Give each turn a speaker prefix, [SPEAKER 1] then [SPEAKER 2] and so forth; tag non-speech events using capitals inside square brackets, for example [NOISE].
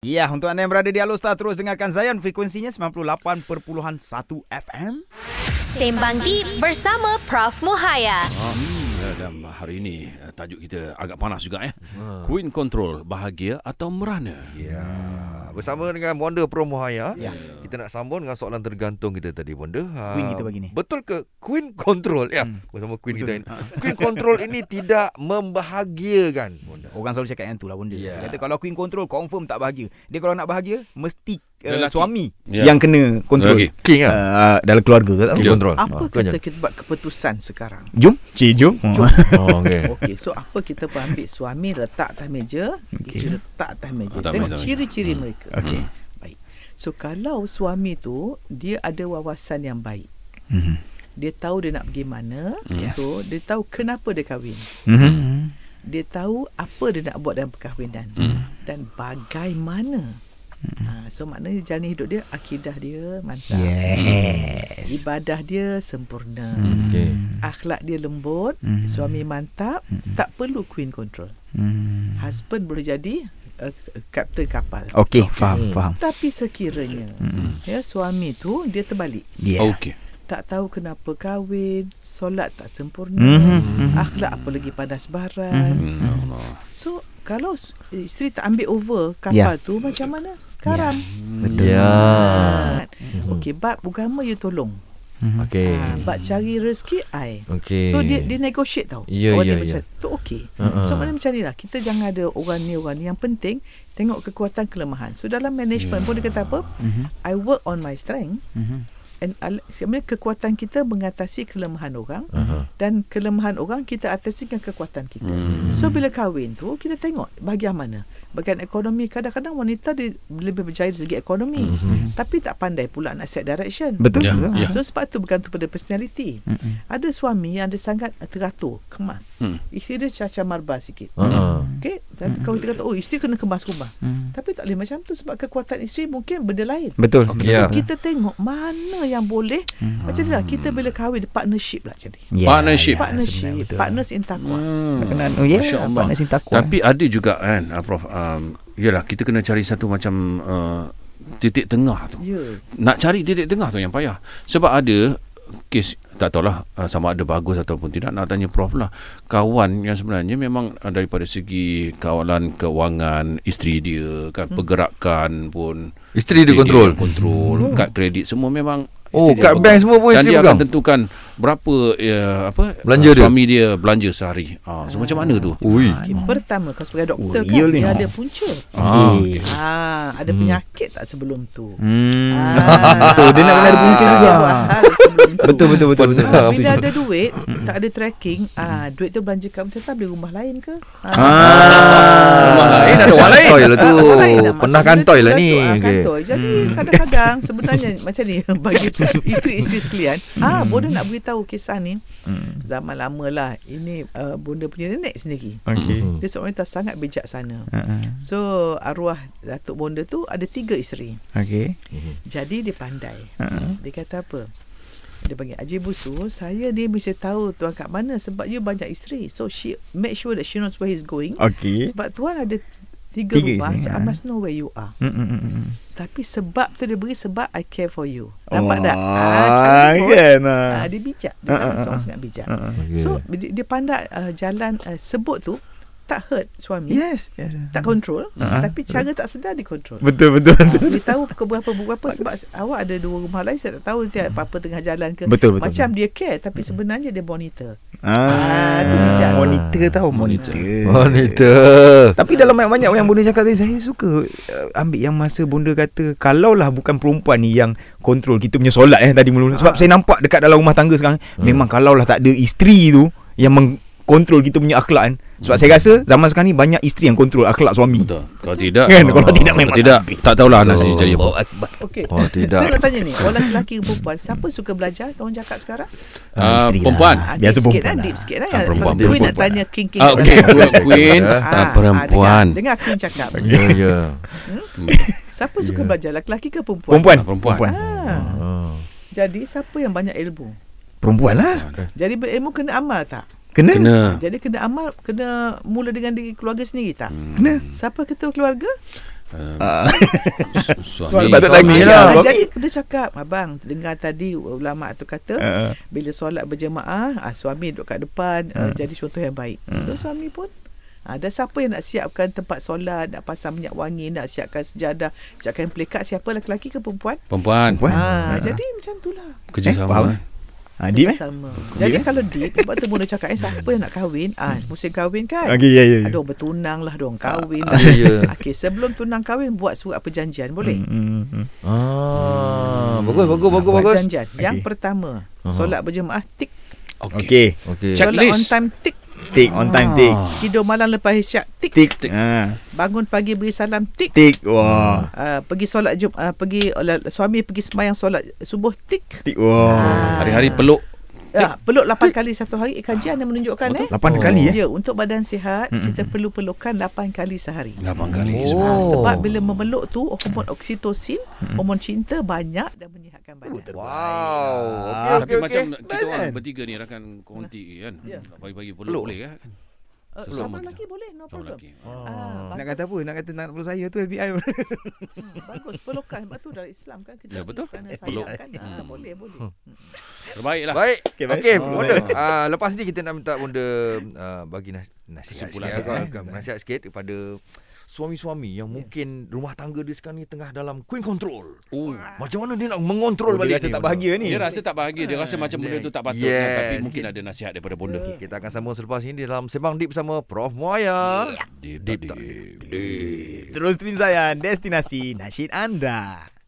[SPEAKER 1] Ya, untuk anda yang berada di Alustar terus dengarkan Zayan frekuensinya 98.1 FM.
[SPEAKER 2] Sembang Deep bersama Prof Muhaya.
[SPEAKER 3] Uh, Dan hari ini uh, tajuk kita agak panas juga ya. Queen Control bahagia atau merana?
[SPEAKER 4] Ya. Bersama dengan Bonda Promohaya,
[SPEAKER 1] Ya.
[SPEAKER 4] ya. kita nak sambung dengan soalan tergantung kita tadi Bonda. Ha,
[SPEAKER 1] Queen kita pagi ni.
[SPEAKER 4] Betul ke Queen Control? Ya,
[SPEAKER 1] Hmm.
[SPEAKER 4] bersama Queen
[SPEAKER 1] Betul.
[SPEAKER 4] kita ini. Queen Control ini tidak membahagiakan Bonda.
[SPEAKER 1] Orang selalu cakap yang tu lah benda.
[SPEAKER 4] Ya.
[SPEAKER 1] Dia kata kalau Queen control confirm tak bahagia. Dia kalau nak bahagia mesti uh,
[SPEAKER 3] Lelaki.
[SPEAKER 1] suami
[SPEAKER 3] Ya.
[SPEAKER 1] yang kena control.
[SPEAKER 3] Lelaki. lah.
[SPEAKER 4] King ah.
[SPEAKER 1] Uh, dalam keluarga tak
[SPEAKER 4] Queen
[SPEAKER 3] Ya.
[SPEAKER 4] Control.
[SPEAKER 5] Apa
[SPEAKER 4] kau
[SPEAKER 5] kita
[SPEAKER 4] jangan.
[SPEAKER 5] kita buat keputusan sekarang?
[SPEAKER 1] Jom, cik jom.
[SPEAKER 3] [LAUGHS]
[SPEAKER 4] Oh, okey.
[SPEAKER 5] Okey, so apa kita pun ambil suami letak atas meja, okay. isteri letak atas meja.
[SPEAKER 3] Atas
[SPEAKER 5] Tengok
[SPEAKER 3] meja.
[SPEAKER 5] ciri-ciri mereka. Hmm.
[SPEAKER 1] Okey.
[SPEAKER 5] Baik. So kalau suami tu dia ada wawasan yang baik.
[SPEAKER 1] Mhm.
[SPEAKER 5] Dia tahu dia nak pergi mana.
[SPEAKER 1] Ya.
[SPEAKER 5] So dia tahu kenapa dia kahwin.
[SPEAKER 1] Mhm.
[SPEAKER 5] Dia tahu apa dia nak buat dalam perkahwinan
[SPEAKER 3] Hmm.
[SPEAKER 5] dan bagaimana. Ha, so maknanya jalan hidup dia akidah dia mantap.
[SPEAKER 1] Yes.
[SPEAKER 5] Ibadah dia sempurna.
[SPEAKER 4] Okey.
[SPEAKER 5] Hmm. Akhlak dia lembut,
[SPEAKER 1] Hmm.
[SPEAKER 5] suami mantap, tak perlu queen control.
[SPEAKER 1] Hmm.
[SPEAKER 5] Husband boleh jadi uh, kapten kapal.
[SPEAKER 1] Okey, faham, faham.
[SPEAKER 5] Tapi sekiranya ya suami tu dia terbalik.
[SPEAKER 1] Yeah.
[SPEAKER 3] Okey.
[SPEAKER 5] Tak tahu kenapa kahwin, solat tak sempurna,
[SPEAKER 1] Mhm.
[SPEAKER 5] akhlak apa lagi panas baran.
[SPEAKER 3] Hmm, no, no.
[SPEAKER 5] So kalau s- isteri tak ambil over kapal tu macam mana? Karam.
[SPEAKER 1] Betul.
[SPEAKER 4] Ya.
[SPEAKER 5] Yeah. Okey, bab agama you tolong.
[SPEAKER 4] Okey.
[SPEAKER 5] Ah, bab cari rezeki I.
[SPEAKER 4] Okey.
[SPEAKER 5] So dia dia negotiate tau.
[SPEAKER 4] Ya,
[SPEAKER 5] orang
[SPEAKER 4] ya, ya.
[SPEAKER 5] dia
[SPEAKER 4] Uh-uh.
[SPEAKER 5] macam tu okey.
[SPEAKER 4] Ha-ha.
[SPEAKER 5] Uh-huh. So maknanya macam ni lah. Kita jangan ada orang ni orang ni. Yang penting tengok kekuatan kelemahan. So dalam management yeah. pun dia kata apa?
[SPEAKER 1] Mhm.
[SPEAKER 5] I work on my strength
[SPEAKER 1] Mhm.
[SPEAKER 5] and al- sebenarnya kekuatan kita mengatasi kelemahan orang uh-huh. dan kelemahan orang kita atasi dengan kekuatan kita.
[SPEAKER 4] Mm-hmm.
[SPEAKER 5] Hmm. So bila kahwin tu kita tengok bahagian mana. Bahagian ekonomi kadang-kadang wanita dia lebih berjaya dari segi ekonomi mm-hmm. tapi tak pandai pula nak set direction.
[SPEAKER 1] Betul.
[SPEAKER 3] Ya,
[SPEAKER 1] betul.
[SPEAKER 3] ya.
[SPEAKER 5] So sebab tu bergantung pada personality.
[SPEAKER 1] Mm-mm. Mm.
[SPEAKER 5] Ada suami yang dia sangat teratur, kemas.
[SPEAKER 3] Hmm.
[SPEAKER 5] Hmm. Isteri dia cacah marba sikit.
[SPEAKER 1] Ah.
[SPEAKER 4] Ha.
[SPEAKER 5] Okey, tapi kalau kita kata oh isteri kena kemas rumah.
[SPEAKER 1] Hmm.
[SPEAKER 5] Tapi tak boleh macam tu sebab kekuatan isteri mungkin benda lain.
[SPEAKER 1] Betul. Mm.
[SPEAKER 3] Okey.
[SPEAKER 4] Ya.
[SPEAKER 5] Kita tengok mana yang boleh. Macam ni lah kita bila kahwin dia partnership lah macam
[SPEAKER 1] Ya,
[SPEAKER 5] ni.
[SPEAKER 3] Partnership.
[SPEAKER 1] ya,
[SPEAKER 5] partnership,
[SPEAKER 1] sebenarnya betul.
[SPEAKER 5] partners in taqwa.
[SPEAKER 3] Hmm.
[SPEAKER 1] Berkenaan. Oh, ya,
[SPEAKER 3] Masya Allah.
[SPEAKER 1] partner cinta aku,
[SPEAKER 3] Tapi ada juga kan uh, Prof um, Yelah kita kena cari satu macam uh, Titik tengah tu
[SPEAKER 5] Ya.
[SPEAKER 3] Nak cari titik tengah tu yang payah Sebab ada Kes tak tahulah uh, sama ada bagus ataupun tidak nak tanya prof lah kawan yang sebenarnya memang uh, daripada segi kawalan keuangan isteri dia kan pergerakan pun
[SPEAKER 4] Isteri dia kontrol.
[SPEAKER 3] kontrol kad kredit semua memang
[SPEAKER 4] Hmm. Oh,
[SPEAKER 3] isteri dia
[SPEAKER 4] kad bank
[SPEAKER 3] kontrol.
[SPEAKER 4] semua pun
[SPEAKER 3] dan dia
[SPEAKER 4] isteri
[SPEAKER 3] akan
[SPEAKER 4] pegang.
[SPEAKER 3] tentukan berapa uh, apa
[SPEAKER 4] Belanja
[SPEAKER 3] uh,
[SPEAKER 4] dia.
[SPEAKER 3] suami dia belanja sehari ah so macam mana tu
[SPEAKER 4] Ui.
[SPEAKER 5] Okay, pertama kau sebagai doktor
[SPEAKER 1] Oh,
[SPEAKER 5] kan
[SPEAKER 1] ya ni.
[SPEAKER 5] dia ada punca.
[SPEAKER 3] Ah,
[SPEAKER 1] Okey.
[SPEAKER 3] okey.
[SPEAKER 5] Ah, ada penyakit tak sebelum tu?
[SPEAKER 1] Hmm.
[SPEAKER 5] Ah.
[SPEAKER 1] [LAUGHS] Betul, dia nak kena ada punca juga.
[SPEAKER 5] Ah, sebelum tu.
[SPEAKER 1] Betul betul betul betul.
[SPEAKER 5] Ah, bila ada duit tak ada tracking ah duit tu belanja kat macam beli rumah lain ke ah,
[SPEAKER 3] rumah lain ada orang lain
[SPEAKER 4] Toy lah tu.
[SPEAKER 5] orang lain lah. Maksud
[SPEAKER 4] Pernah
[SPEAKER 5] benda
[SPEAKER 4] kantoi
[SPEAKER 5] tu
[SPEAKER 4] lah
[SPEAKER 5] kan
[SPEAKER 4] ni.
[SPEAKER 5] tu, ah,
[SPEAKER 4] Okey.
[SPEAKER 5] kantoi. jadi
[SPEAKER 1] Hmm.
[SPEAKER 5] kadang-kadang sebenarnya [LAUGHS] macam ni bagi isteri-isteri sekalian ah
[SPEAKER 1] Hmm.
[SPEAKER 5] bonda nak beritahu kisah ni zaman lama lah ini uh, bonda punya nenek sendiri
[SPEAKER 1] Okey.
[SPEAKER 3] Hmm.
[SPEAKER 5] dia seorang yang sangat bijaksana
[SPEAKER 1] Uh-uh.
[SPEAKER 5] so arwah datuk bonda tu ada tiga isteri
[SPEAKER 1] Okey.
[SPEAKER 5] jadi dia pandai. Uh-huh. Dia kata apa? Dia panggil Haji Busu, saya ni mesti tahu tuan kat mana sebab you banyak isteri. So she make sure that she knows where he's going.
[SPEAKER 1] Okey.
[SPEAKER 5] Sebab tuan ada
[SPEAKER 1] Tiga
[SPEAKER 5] tiga, tiga rumah,
[SPEAKER 1] isteri,
[SPEAKER 5] so I
[SPEAKER 1] ah.
[SPEAKER 5] must know where you are.
[SPEAKER 1] Mm, mm, mm, mm.
[SPEAKER 5] Tapi sebab tu dia beri sebab I care for you. Nampak tak?
[SPEAKER 1] Oh, Ah, kan. ah.
[SPEAKER 5] Ah, dia bijak. Dia
[SPEAKER 1] Ah,
[SPEAKER 5] uh,
[SPEAKER 1] ah,
[SPEAKER 5] seorang
[SPEAKER 1] ah.
[SPEAKER 5] sangat bijak.
[SPEAKER 1] Ah, ah.
[SPEAKER 4] Okey.
[SPEAKER 5] So dia, dia pandai uh, jalan uh, sebut tu tak hurt suami.
[SPEAKER 1] Yes, yes.
[SPEAKER 5] Tak kontrol.
[SPEAKER 1] Ah, ah.
[SPEAKER 5] Tapi cara tak sedar dikontrol.
[SPEAKER 1] Betul betul. betul.
[SPEAKER 5] Dia tahu pukul berapa pukul berapa sebab awak ada dua rumah lain saya tak tahu nanti apa-apa tengah jalan ke.
[SPEAKER 1] Betul, betul.
[SPEAKER 5] Macam dia care tapi sebenarnya dia monitor.
[SPEAKER 1] Ah,
[SPEAKER 5] tu bijak.
[SPEAKER 1] monitor tahu monitor.
[SPEAKER 4] Wanita.
[SPEAKER 1] Tapi dalam banyak-banyak yang bonda cakap tadi Saya suka uh, ambil yang masa bonda kata Kalaulah bukan perempuan ni yang kontrol kita punya solat eh tadi mula Sebab saya nampak dekat dalam rumah tangga sekarang Memang kalaulah tak ada isteri tu Yang mengkontrol kita punya akhlak kan Sebab saya rasa zaman sekarang ni banyak isteri yang kontrol akhlak suami
[SPEAKER 3] Betul. Kalau tidak
[SPEAKER 1] Kan, kalau tidak memang
[SPEAKER 3] tidak tak tahulah anak sini jadi apa.
[SPEAKER 5] Okey. [LAUGHS]
[SPEAKER 4] Oh, tidak.
[SPEAKER 5] saya nak tanya ni, orang lelaki ke perempuan siapa suka belajar? Orang cakap sekarang?
[SPEAKER 3] Ah,
[SPEAKER 1] Isteri lah.
[SPEAKER 3] perempuan.
[SPEAKER 5] Ah,
[SPEAKER 1] Biasa
[SPEAKER 5] deep sikit
[SPEAKER 1] perempuan
[SPEAKER 5] kan,
[SPEAKER 1] lah.
[SPEAKER 5] deep sikit kan.
[SPEAKER 3] Ah, perempuan,
[SPEAKER 5] Pasal Queen nak
[SPEAKER 3] perempuan.
[SPEAKER 5] tanya king king.
[SPEAKER 3] Ah, okey,
[SPEAKER 1] [LAUGHS]
[SPEAKER 3] Queen- Queen
[SPEAKER 4] Ah,
[SPEAKER 3] perempuan.
[SPEAKER 5] dengar, dengar Queen cakap.
[SPEAKER 4] Ya ya.
[SPEAKER 5] Siapa suka belajar? Lelaki ke perempuan?
[SPEAKER 1] Perempuan
[SPEAKER 3] Ah, perempuan.
[SPEAKER 5] Ah,
[SPEAKER 4] Ah.
[SPEAKER 5] jadi siapa yang banyak ilmu?
[SPEAKER 1] Perempuan lah
[SPEAKER 5] Jadi berilmu kena amal tak?
[SPEAKER 1] Kena
[SPEAKER 3] Kena.
[SPEAKER 5] Jadi kena amal, kena mula dengan diri keluarga sendiri tak?
[SPEAKER 1] Kena.
[SPEAKER 5] Siapa ketua keluarga?
[SPEAKER 3] uh,
[SPEAKER 1] [LAUGHS] Ah. Sebab
[SPEAKER 3] suami
[SPEAKER 1] patut lagi lah.
[SPEAKER 5] Ah, jadi dia cakap Abang dengar tadi ulama tu kata
[SPEAKER 1] Ah.
[SPEAKER 5] Bila solat berjemaah ah, Suami duduk kat depan
[SPEAKER 1] Hmm.
[SPEAKER 5] uh, Jadi contoh yang baik So suami pun Ha, dan siapa yang nak siapkan tempat solat Nak pasang minyak wangi Nak siapkan sejadah Siapkan plekat Siapa lelaki ke perempuan
[SPEAKER 3] perempuan
[SPEAKER 1] Perempuan. Ah.
[SPEAKER 5] ha, Jadi macam tu lah
[SPEAKER 3] kerja
[SPEAKER 1] Eh, faham.
[SPEAKER 3] sama eh,
[SPEAKER 1] Ha, deep eh?
[SPEAKER 5] Sama
[SPEAKER 1] Deep,
[SPEAKER 5] Jadi
[SPEAKER 1] eh?
[SPEAKER 5] kalau deep Sebab tu Mona cakap eh, Siapa yang nak kahwin ah,
[SPEAKER 1] Hmm.
[SPEAKER 5] Musim kahwin kan
[SPEAKER 1] Okey, ya, ya. ya.
[SPEAKER 5] Ada orang bertunang lah Ada orang kahwin
[SPEAKER 1] Ah.
[SPEAKER 5] lah
[SPEAKER 3] Ya,
[SPEAKER 5] [LAUGHS]
[SPEAKER 3] ya.
[SPEAKER 5] okay, Sebelum tunang kahwin Buat surat perjanjian boleh
[SPEAKER 1] Hmm, hmm, hmm.
[SPEAKER 4] Ah, bagus bagus bagus
[SPEAKER 5] Buat
[SPEAKER 4] bagus.
[SPEAKER 5] perjanjian Yang
[SPEAKER 1] Okey.
[SPEAKER 5] pertama
[SPEAKER 4] Aha.
[SPEAKER 5] Solat berjemaah Tik
[SPEAKER 3] okey Ah, okay.
[SPEAKER 1] Okey.
[SPEAKER 4] Okey.
[SPEAKER 3] Check.
[SPEAKER 5] Solat on
[SPEAKER 3] Checklist.
[SPEAKER 5] time Tik
[SPEAKER 1] Tick on time tick.
[SPEAKER 5] Tidur malam lepas isyak Tik
[SPEAKER 1] Tick. Ha.
[SPEAKER 5] Bangun pagi beri salam Tik
[SPEAKER 1] Tick. Wah.
[SPEAKER 5] uh, Pergi solat jum, uh, pergi ola- Suami pergi semayang solat Subuh Tik
[SPEAKER 1] Tick. Wah.
[SPEAKER 3] hari-hari peluk
[SPEAKER 5] uh, Peluk 8 kali satu hari Eh, Kajian yang menunjukkan eh
[SPEAKER 1] Lapan kali eh.
[SPEAKER 5] Ya, untuk badan sihat mm Kita perlu pelukan 8 kali sehari
[SPEAKER 3] 8 kali
[SPEAKER 4] Oh.
[SPEAKER 3] oh.
[SPEAKER 5] Ah, sebab bila memeluk tu hormon oksitosin, hormon cinta banyak dan menyihatkan
[SPEAKER 4] Oh,
[SPEAKER 5] badan.
[SPEAKER 4] Wow. Okey
[SPEAKER 3] Ah,
[SPEAKER 1] Ah,
[SPEAKER 3] Tapi okay.
[SPEAKER 4] okey okey.
[SPEAKER 3] macam kita
[SPEAKER 1] kan?
[SPEAKER 3] orang bertiga ni rakan konti kan
[SPEAKER 5] Ya.
[SPEAKER 3] Pagi-pagi peluk
[SPEAKER 4] Peluk.
[SPEAKER 3] boleh kan
[SPEAKER 5] Uh,
[SPEAKER 3] Sesuai
[SPEAKER 5] sama
[SPEAKER 3] sama
[SPEAKER 5] lagi
[SPEAKER 3] kita.
[SPEAKER 5] boleh, no
[SPEAKER 3] Sama
[SPEAKER 5] problem.
[SPEAKER 3] lagi
[SPEAKER 5] Ah,
[SPEAKER 1] Nak kata apa? Nak kata nak perlu saya tu FBI.
[SPEAKER 5] bagus pelukan sebab tu dah Islam kan kita.
[SPEAKER 3] Ya, betul.
[SPEAKER 5] Kerana
[SPEAKER 3] Peluk.
[SPEAKER 5] sayang kan. Ah, boleh, boleh.
[SPEAKER 3] Terbaiklah
[SPEAKER 4] Baik.
[SPEAKER 1] Okey, baik.
[SPEAKER 4] Okey,
[SPEAKER 1] Oh,
[SPEAKER 4] bonda.
[SPEAKER 1] baik.
[SPEAKER 4] Ah, lepas ni kita nak minta bonda ah, bagi nas- nasihat
[SPEAKER 3] Kesimpulan
[SPEAKER 4] sikit.
[SPEAKER 3] sikit,
[SPEAKER 4] Ah,
[SPEAKER 1] eh.
[SPEAKER 4] bukan, Nasihat sikit kepada suami-suami
[SPEAKER 1] Ya.
[SPEAKER 4] yang mungkin rumah tangga dia sekarang ni tengah dalam queen control.
[SPEAKER 3] oh.
[SPEAKER 4] Macam mana dia nak mengontrol
[SPEAKER 1] Dia
[SPEAKER 4] balik
[SPEAKER 1] rasa
[SPEAKER 4] ni,
[SPEAKER 1] tak
[SPEAKER 4] bonda?
[SPEAKER 1] bahagia ni.
[SPEAKER 3] Dia rasa tak bahagia Dia rasa macam benda tu tak patut kan?
[SPEAKER 4] Yes.
[SPEAKER 3] Tapi mungkin ada nasihat daripada bonda
[SPEAKER 4] Okey, Kita akan sambung selepas ini dalam Sembang Deep sama Prof Muaya.
[SPEAKER 1] Ya.
[SPEAKER 3] Deep,
[SPEAKER 4] Deep
[SPEAKER 3] tak
[SPEAKER 4] tak
[SPEAKER 3] deep.
[SPEAKER 1] Terus stream saya destinasi nasyid anda.